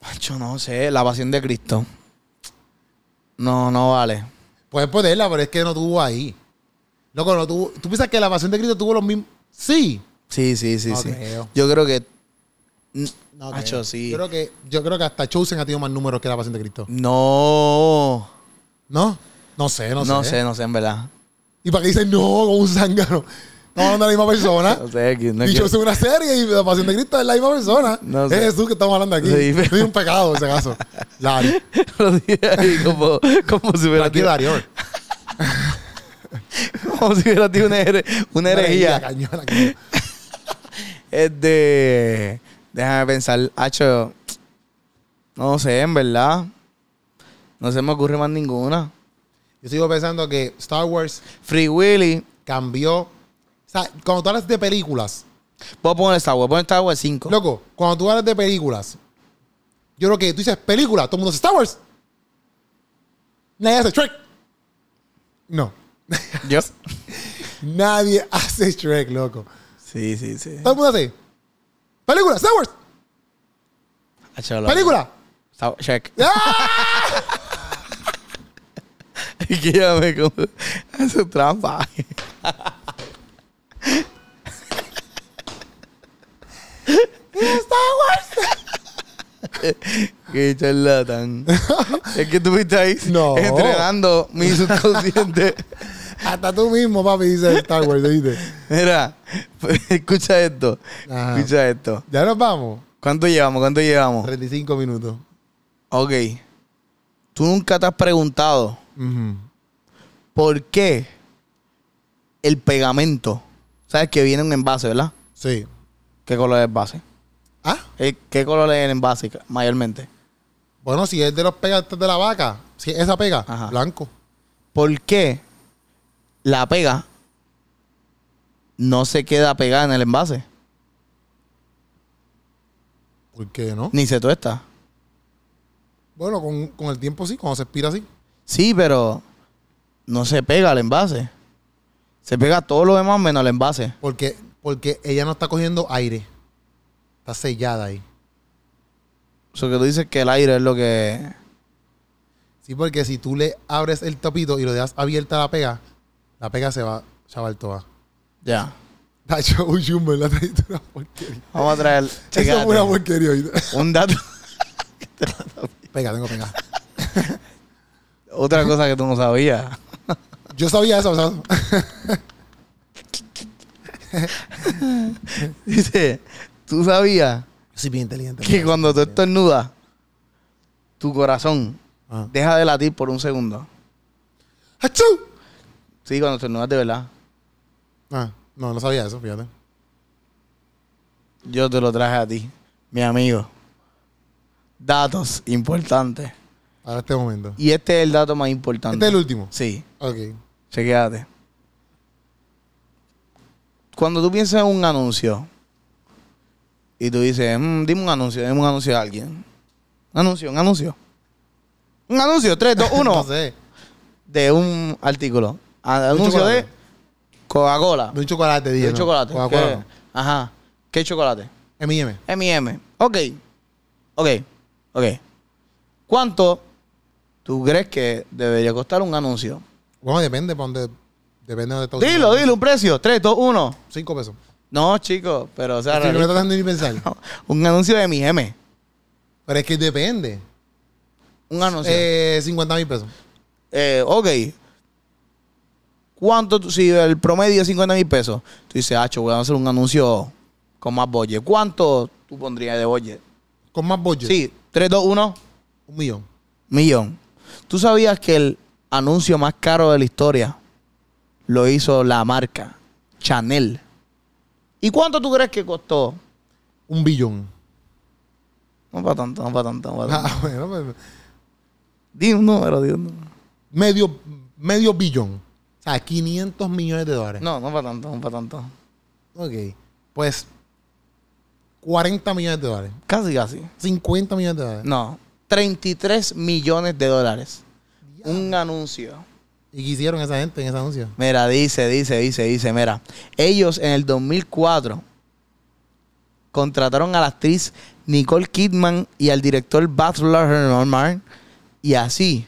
B: Macho, no sé. La pasión de Cristo. No, no vale.
A: Puedes ponerla, pero es que no tuvo ahí. Loco, no tuvo. ¿Tú piensas que la pasión de Cristo tuvo los mismos? Sí.
B: Sí, sí, sí,
A: No
B: sí.
A: creo.
B: Yo creo que.
A: No,
B: Macho,
A: creo.
B: sí.
A: Yo creo que, yo creo que hasta Chosen ha tenido más números que la pasión de Cristo.
B: No.
A: ¿No? No sé, no,
B: No
A: sé.
B: sé, no sé, en verdad.
A: ¿Y para qué dicen no con un zángano? No hablando de la misma persona.
B: No sé, que- no
A: y yo
B: quiero-
A: soy una serie y la pasión de Cristo es la misma persona.
B: No sé.
A: Es Jesús que estamos hablando aquí.
B: Sí, pero-
A: Soy un pecado, en ese caso. Dario.
B: lo dije ahí como, como si hubiera
A: Aquí
B: tenido,
A: Dario.
B: como si hubiera tenido una, here- una herejía.
A: Cañona, cañona.
B: Este, déjame pensar, Hacho, no sé, en verdad, no se me ocurre más ninguna.
A: Yo sigo pensando que Star Wars
B: Free Willy,
A: cambió. O sea, cuando tú hablas de películas,
B: voy a poner esta web, poner esta web 5.
A: loco, cuando tú hablas de películas, yo creo que tú dices película, todo el mundo dice Star Wars. Nadie hace Trek. No.
B: Yo.
A: Nadie hace Shrek, loco.
B: Sí, sí, sí.
A: Todo el mundo hace. Película, Star Wars,
B: Hacho, loco.
A: película.
B: Esta- check.
A: ¡Ah!
B: Y que ya me como, hace trampa. Qué charlatán. es que estuviste ahí
A: No.
B: entrenando mi subconsciente.
A: Hasta tú mismo, papi, dices Star Wars, ¿oíste?
B: Mira, escucha esto.
A: Ajá.
B: Escucha esto.
A: Ya nos vamos.
B: ¿Cuánto llevamos? ¿Cuánto llevamos?
A: 35 minutos.
B: Ok. Tú nunca te has preguntado
A: Ujú.
B: por qué el pegamento, sabes que viene en un envase, ¿verdad?
A: Sí.
B: ¿Qué color es el envase?
A: Ah,
B: Eh, ¿Qué color es el envase ca- mayormente?
A: bueno, si es de los pegantes de la vaca, si es esa pega,
B: Ajá.
A: blanco.
B: ¿Por qué la pega no se queda pegada en el envase?
A: ¿Por qué no?
B: Ni se tuesta.
A: Bueno, con, con el tiempo sí, cuando se expira sí.
B: Sí, pero no se pega al envase. Se pega todo lo demás menos al envase.
A: Porque, porque ella no está cogiendo aire. Está sellada ahí.
B: O sea, que tú dices que el aire es lo que...
A: Sí, porque si tú le abres el tapito y lo dejas abierta a la pega, la pega se va, chaval, toda.
B: Ya.
A: Tacho, un chumbo en la trajiste una porquería.
B: Vamos a traer...
A: Eso
B: Chécate.
A: es una porquería ahorita.
B: Un dato...
A: Pega, tengo pega.
B: Otra cosa que tú no sabías.
A: Yo sabía eso, o sea,
B: Dice, tú sabías
A: soy bien inteligente.
B: que cuando tú estornudas, tu corazón
A: Ah.
B: deja de latir por un segundo.
A: ¡Achú!
B: Sí, cuando estornudas de verdad.
A: Ah, no, no sabía eso, fíjate.
B: Yo te lo traje a ti, mi amigo. Datos importantes.
A: Ahora este momento.
B: Y este es el dato más importante.
A: Este es el último.
B: Sí,
A: Ok.
B: chequéate. Cuando tú piensas en un anuncio y tú dices, "Mm, dime un anuncio, dime un anuncio de alguien. Un anuncio, un anuncio. Un anuncio, 3, 2, 1.
A: no sé.
B: de un artículo. A-
A: un
B: Anuncio de
A: chocolate.
B: Coca-Cola.
A: De un chocolate, dije.
B: De un
A: ¿no?
B: chocolate.
A: Coca-Cola.
B: ¿Qué? Ajá. ¿Qué chocolate?
A: no. M&M.
B: M&M. Ok. Ok. Ok. ¿Cuánto tú crees que debería costar un anuncio?
A: Bueno, depende para donde. Depende de dónde estás
B: Dilo, dilo, un precio. 3, 2, 1.
A: Cinco pesos.
B: No, chicos, pero o sea,
A: Sí, no me
B: realista,
A: estás dando ni pensar.
B: un anuncio de mi M.
A: Pero es que depende.
B: Un anuncio.
A: Eh, 50 mil pesos.
B: Eh, ok. ¿Cuánto? tú- si el promedio es 50 mil pesos, tú dices, hacho, voy a hacer un anuncio con más bolle. ¿Cuánto tú pondrías de bolle?
A: Con más budget.
B: Sí, 3, 2, 1,
A: Un millón.
B: millón. ¿Tú sabías que el anuncio más caro de la historia lo hizo la marca Chanel? ¿Y cuánto tú crees que costó?
A: Un billón.
B: No para tanto, no para tanto, no para tanto.
A: Ah, bueno, pues,
B: Di un número, di un número.
A: medio, medio billón. O sea, 500 millones de dólares.
B: No, no para tanto, no para tanto.
A: Ok. Pues 40 millones de dólares.
B: Casi, casi.
A: 50 millones de dólares.
B: No, 33 millones de dólares. Un anuncio.
A: ¿Y qué hicieron esa gente en ese anuncio?
B: Mira, dice, dice, dice, dice, mira. Ellos en el 2004 contrataron a la actriz Nicole Kidman y al director Bachelor Herman y así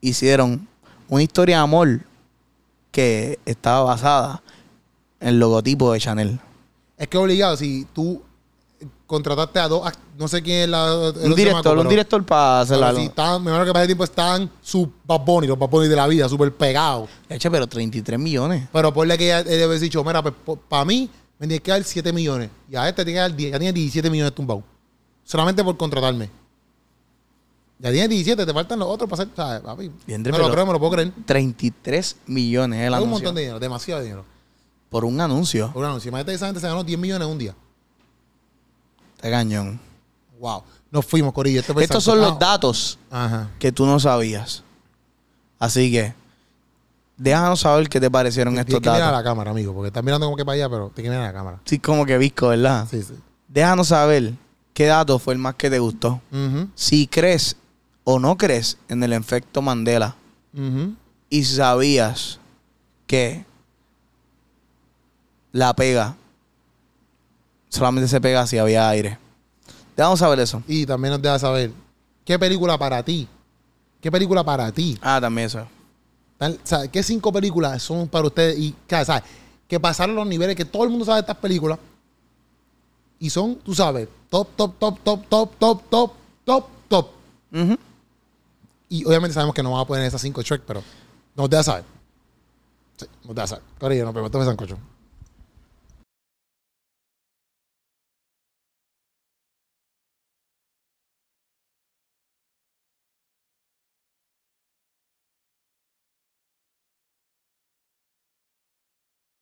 B: hicieron una historia de amor que estaba basada en el logotipo de Chanel.
A: Es que obligado, si tú contrataste a dos, act- no sé quién es la.
B: Un director, un director para hacer la...
A: Si están, me imagino que para ese tiempo están sus Bad Bunny, los Bad Bunny de la vida, súper pegados.
B: Eche, pero 33 millones.
A: Pero ponle que ella debe haber dicho, mira, pues para mí me tiene que dar 7 millones. Y a este tiene que dar 10. Ya tiene 17 millones tumbados. Solamente por contratarme. Ya tiene 17, te faltan los otros para hacer. ¿sabes, papi?
B: Bien,
A: me
B: pero-
A: lo creo, me lo puedo creer.
B: 33 millones el
A: Es un
B: anuncio.
A: montón de dinero, demasiado dinero.
B: Por un anuncio.
A: Por un anuncio. Imagínate que esa gente se ganó 10 millones en un día.
B: Está cañón.
A: Wow. Nos fuimos, Corillo. Este fue
B: Estos
A: Santo.
B: son los
A: Ah,
B: datos
A: Ajá.
B: que tú no sabías. Así que, déjanos saber qué te parecieron
A: Tienes
B: estos
A: que mirar a
B: datos.
A: la cámara, amigo, porque estás mirando como que para allá, pero tienes que mirar a la cámara.
B: Sí, como que visco, ¿verdad?
A: Sí, sí.
B: Déjanos saber qué dato fue el más que te gustó.
A: Ujú,
B: Si crees o no crees en el efecto Mandela.
A: ujú.
B: Y si sabías que la pega solamente se pega si había aire. Déjanos saber eso.
A: Y también nos deja saber qué película para ti. ¿Qué película para ti?
B: Ah, también eso.
A: Tal- o sea, ¿Qué cinco películas son para ustedes? Y o sea, que pasaron los niveles, que todo el mundo sabe de estas películas. Y son, tú sabes, top, top, top, top, top, top, top, top, top.
B: Ujú.
A: Y obviamente sabemos que no vamos a poner esas cinco tracks, pero nos deja saber. Sí, nos deja saber. Corillo, nos vemos. Esto fue Sancocho.